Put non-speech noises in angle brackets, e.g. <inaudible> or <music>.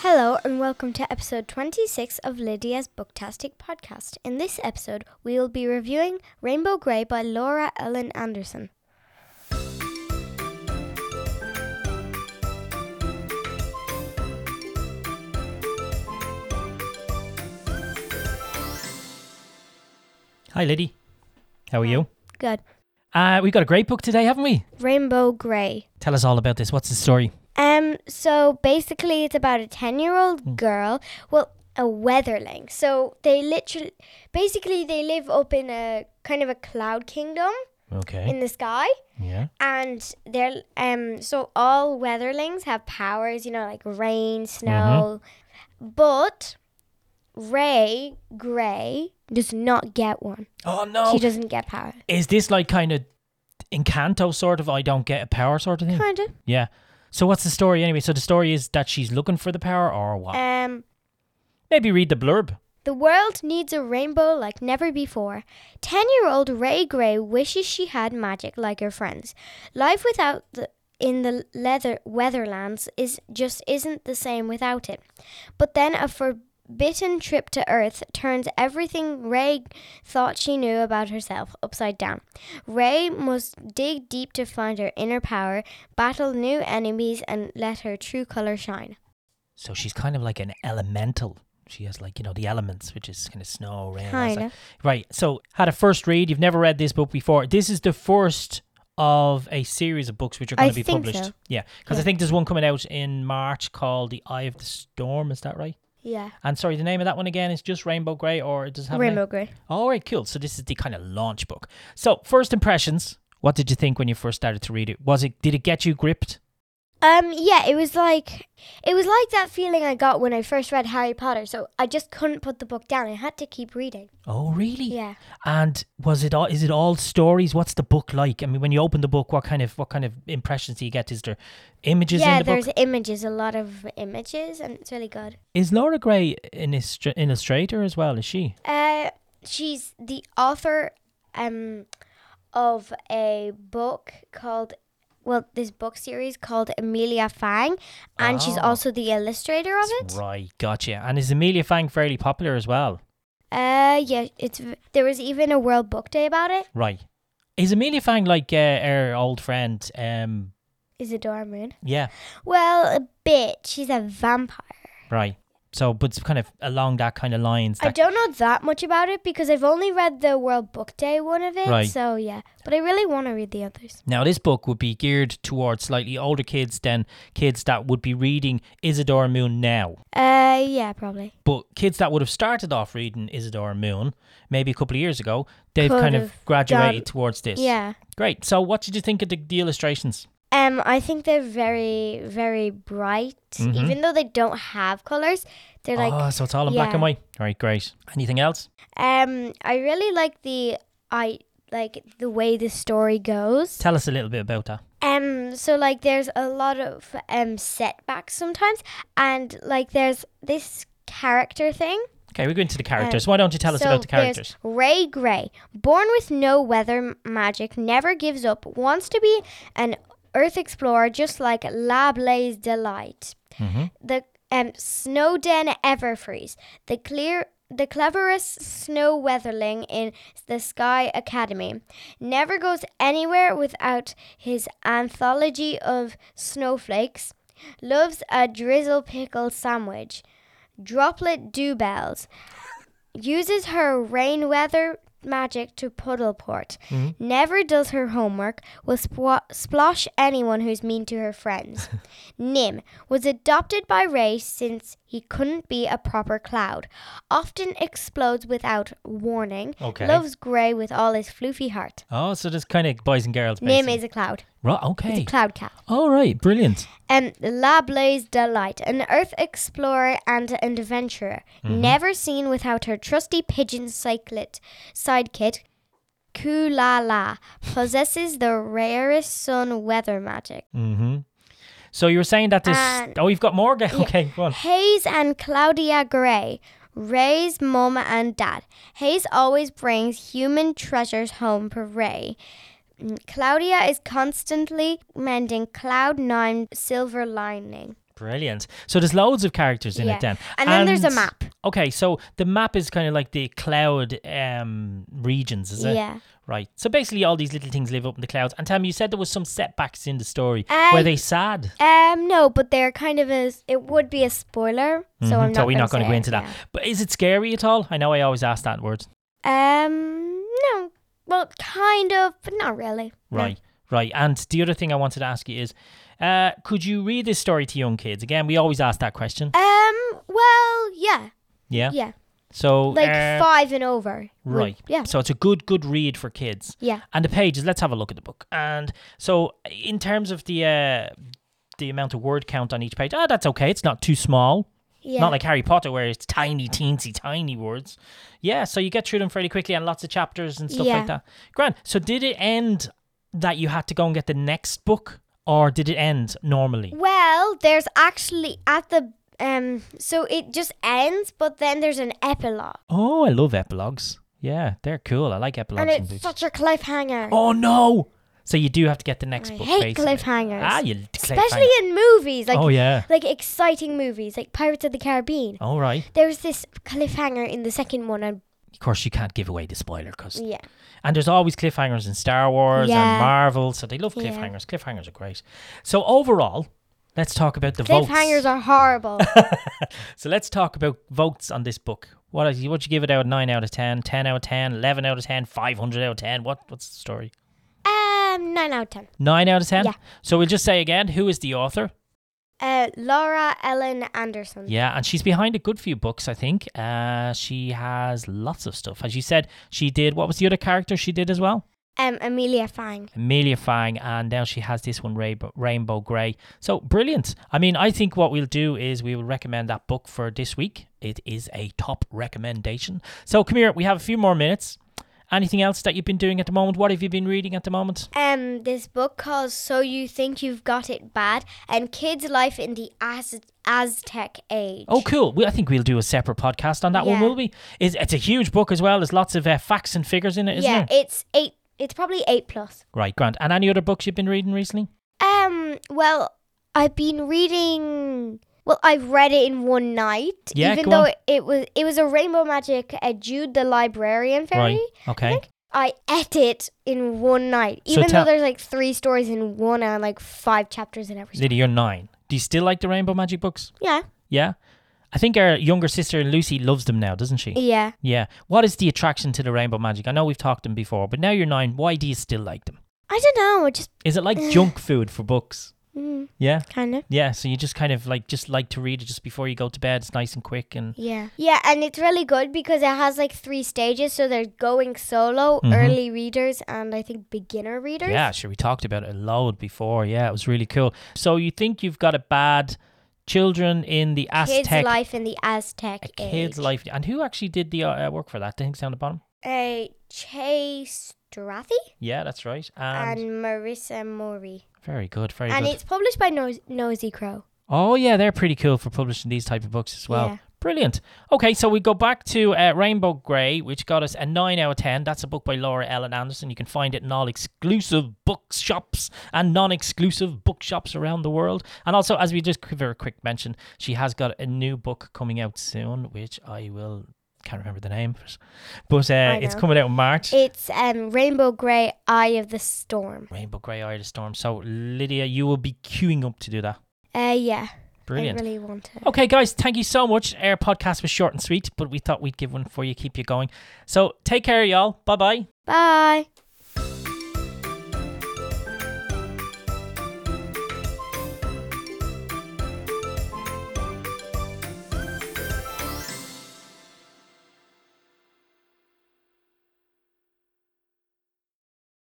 Hello and welcome to episode 26 of Lydia's Booktastic podcast. In this episode, we will be reviewing Rainbow Grey by Laura Ellen Anderson. Hi, Liddy. How are you? Good. Uh, we've got a great book today, haven't we? Rainbow Grey. Tell us all about this. What's the story? Um so basically it's about a 10-year-old girl, well, a weatherling. So they literally basically they live up in a kind of a cloud kingdom Okay. in the sky. Yeah. and they're um so all weatherlings have powers you know like Mm-hmm. rain snow but ray gray does not get one Oh, no. she doesn't get power Is this like kind of Encanto sort of I don't get a power sort of thing? kind of Yeah. So, what's the story anyway? So, the story is that she's looking for the power or what? um Maybe read the blurb. The world needs a rainbow like never before. Ten year old Ray Gray wishes she had magic like her friends. Life without the in the leather weatherlands is just isn't the same without it. But then a forbidden trip to Earth turns everything Ray thought she knew about herself upside down. Ray must dig deep to find her inner power, battle new enemies and let her true color shine. So, she's kind of like an elemental. She has like, you know, the elements, which is kind of snow, rain. Kind ice. of. Right. So, had a first read. You've never read this book before. This is the first of a series of books which are I going to be think published. so. Yeah, because Yeah. I think there's one coming out in March called "The Eye of the Storm." Is that right? Yeah. And sorry, the name of that one again is just Rainbow Grey, or it does it have a name? Rainbow Grey. All right, cool. So this is the kind of launch book. So first impressions. What did you think when you first started to read it? Was it did it get you gripped? Um, yeah, it was like it was like that feeling I got when I first read Harry Potter. So I just couldn't put the book down. I had to keep reading. Oh, really? Yeah. And was it all? Is it all stories? What's the book like? I mean, when you open the book, what kind of what kind of impressions do you get? Is there images yeah, in the book? there's images, a lot of images, and it's really good. Is Laura Gray an istra- illustrator as well? Is she? Uh, she's the author um of a book called well, this book series called Amelia Fang, and she's Oh. also the illustrator of it. Right, gotcha. And is Amelia Fang fairly popular as well? Uh, yeah, it's v- there was even a World Book Day about it. Right. Is Amelia Fang like uh, our old friend? Um, Isadora Moon. yeah, Well, a bit. She's a vampire. right. So, but it's kind of along that kind of lines. I that- don't know that much about it because I've only read the World Book Day one of it. Right. So yeah, but I really want to read the others. now, this book would be geared towards slightly older kids than kids that would be reading Isadora Moon now. Uh, yeah, probably. But kids that would have started off reading Isadora Moon maybe a couple of years ago, they've Could kind of have graduated towards this. Yeah. Great. So, what did you think of the, the illustrations? Um, I think they're very, very bright. Mhm. Even though they don't have colors, they're like. oh, so it's all in black yeah. and white. All right, great. Anything else? Um, I really like the I like the way the story goes. Tell us a little bit about that. Um, so like there's a lot of um setbacks sometimes, and like there's this character thing. Okay, we're going to the characters. Why don't you tell us Um, So about the there's characters? Ray Gray, born with no weather m- magic, never gives up, wants to be an Earth explorer just like Lablaze Delight. Mhm. The um, Snowden Everfreeze, the clear. The cleverest snow weatherling in the Sky Academy never goes anywhere without his anthology of snowflakes, loves a drizzle pickle sandwich, droplet dew bells, uses her rain weather magic to puddle port, never does her homework, will spwa splosh anyone who's mean to her friends. Nim was adopted by Ray since he couldn't be a proper cloud, often explodes without warning, Okay. loves Gray with all his floofy heart. Oh, so there's kind of boys and girls. Nim basically. is a cloud, right. Okay. cloud cat. All right. Brilliant. Um, Lablaze Delight, an Earth explorer and an adventurer, never seen without her trusty pigeon cyclet sidekick, Kulala, possesses the rarest sun weather magic. hmm So you were saying that this. And- oh, you've got more. <laughs> ga- Okay. Go on. Hayes and Claudia Gray, Ray's mom and dad. Hayes always brings human treasures home for Ray. Mm, Claudia is constantly mending Cloud Nine silver lining. Brilliant. So there's loads of characters in Yeah. it then. And then there's a map. Okay, so the map is kind of like the cloud um regions, is it? Yeah. Right. So basically all these little things live up in the clouds. And Tammy, you said there was some setbacks in the story. Uh, Were they sad? Um, no, but they're kind of a. It would be a spoiler, so I'm Mhm. not. we're not going to gonna go into that. But is it scary at all? I know I always ask that word. Um, no. Well, kind of, but not really. No. Right, right. And the other thing I wanted to ask you is, uh, could you read this story to young kids? Again, we always ask that question. Um. Well, yeah, Yeah. yeah, So like uh, five and over. would- right. Yeah. So it's a good, good read for kids. Yeah. And the pages. Let's have a look at the book. And so, in terms of the uh, the amount of word count on each page, ah, that's okay. It's not too small. Yeah. Not like Harry Potter, where it's tiny, teensy, tiny words. Yeah, so you get through them fairly quickly and lots of chapters and stuff Yeah. like that. Grand. So, did it end that you had to go and get the next book, or did it end normally? Well, there's actually at the um. So it just ends, but then there's an epilogue, Oh, I love epilogues. Yeah, they're cool. I like epilogues. and in it's books. such a cliffhanger. oh, no. So, you do have to get the next I book, hate basically. cliffhangers. Ah, you Especially cliffhanger. in movies, like oh, yeah. like exciting movies, like Pirates of the Caribbean. All right. There was this cliffhanger in the second one, and Of course, you can't give away the spoiler because yeah, And there's always cliffhangers in Star Wars Yeah. and Marvel, so they love Yeah. cliffhangers. Cliffhangers are great. So overall, let's talk about the cliffhangers votes. are <laughs> horrible. So let's talk about votes on this book. What is what you give it out of 9 out of 10, 10 out of 10, 11 out of 10, 500 out of 10? What what's the story? um, nine out of ten. 9 out of 10? Yeah. So we'll just say again, who is the author? Uh, Laura Ellen Anderson. Yeah, and she's behind a good few books, I think. Uh, she has lots of stuff. As you said, she did what was the other character she did as well? Um, Amelia Fine. Amelia Fang, and now she has this one, Rainbow, Rainbow Grey. So brilliant. I mean, I think what we'll do is we will recommend that book for this week. It is a top recommendation. So come here, we have a few more minutes. Anything else that you've been doing at the moment? What have you been reading at the moment? Um, this book called "So You Think You've Got It Bad" and "Kids' Life in the Az- Aztec Age." Oh, cool. We, I think we'll do a separate podcast on that one, Yeah. will we? It's, it's a huge book as well. There's lots of uh, facts and figures in it, isn't yeah, there? it's eight. It's probably eight plus. Right, Grant. And any other books you've been reading recently? Um, well, I've been reading. Well, I've read it in one night. Yeah, even go though on. It, it was it was a Rainbow Magic uh, Jude the Librarian fairy. Right. Okay. I ate it in one night, So even tell- though there's like three stories in one and like five chapters in every. Story. Lydia, you're nine. Do you still like the Rainbow Magic books? Yeah, Yeah. I think our younger sister Lucy loves them now, doesn't she? yeah. Yeah. What is the attraction to the rainbow magic? I know we've talked them before, but now you're nine. Why do you still like them? I don't know. I Just Is it like <sighs> junk food for books? mm, Yeah. kind of. Yeah. So you just kind of like just like to read it just before you go to bed. It's nice and quick and Yeah. Yeah, and it's really good because it has like three stages. So they're going solo, Mhm. early readers, and I think beginner readers. yeah. Sure, we talked about it a load before. Yeah, it was really cool. So you think you've got a bad children in the Kids' Aztec? life in the Aztec. A kid's age. life, and who actually did the uh, work for that? I think it's down the bottom. Uh, Chase Durathy Yeah, that's right. And, and, Marissa Mori. very good, very And good. it's published by Nos- Nosy Crow. Oh yeah, they're pretty cool for publishing these type of books as well. Yeah. Brilliant. Okay, so we go back to uh, Rainbow Grey, which got us a nine out of ten. That's a book by Laura Ellen Anderson. You can find it in all exclusive bookshops and non-exclusive bookshops around the world. And also, as we just give her a quick mention, she has got a new book coming out soon, which I will can't remember the name, of it. but I uh, it's know. coming out in March. It's um, Rainbow Grey Eye of the Storm. Rainbow Grey, Eye of the Storm. So Lydia, you will be queuing up to do that. Uh, yeah. Brilliant. I really want it. Okay, guys, thank you so much. Our podcast was short and sweet, but we thought we'd give one for you, keep you going. So take care, y'all. Bye bye. Bye.